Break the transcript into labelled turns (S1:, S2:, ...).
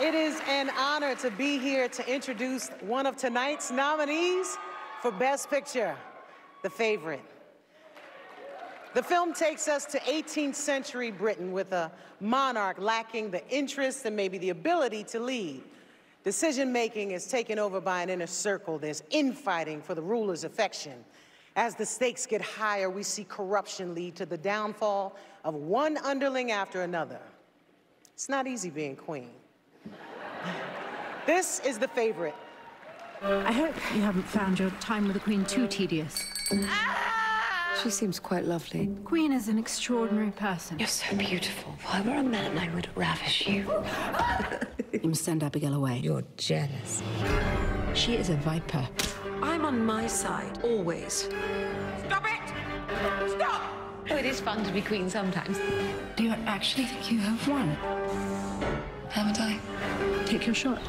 S1: It is an honor to be here to introduce one of tonight's nominees for Best Picture, The Favorite. The film takes us to 18th century Britain with a monarch lacking the interest and maybe the ability to lead. Decision making is taken over by an inner circle. There's infighting for the ruler's affection. As the stakes get higher, we see corruption lead to the downfall of one underling after another. It's not easy being queen. this is the favorite.
S2: I hope you haven't found your time with the Queen too tedious.
S3: She seems quite lovely.
S2: The Queen is an extraordinary person.
S3: You're so beautiful. If I were a man, I would ravish you.
S4: You must send Abigail away.
S3: You're jealous.
S4: She is a viper.
S3: I'm on my side, always.
S5: Stop it! Stop!
S3: Oh, it is fun to be queen sometimes.
S4: Do you actually think you have won?
S3: Haven't I?
S4: Take your shot.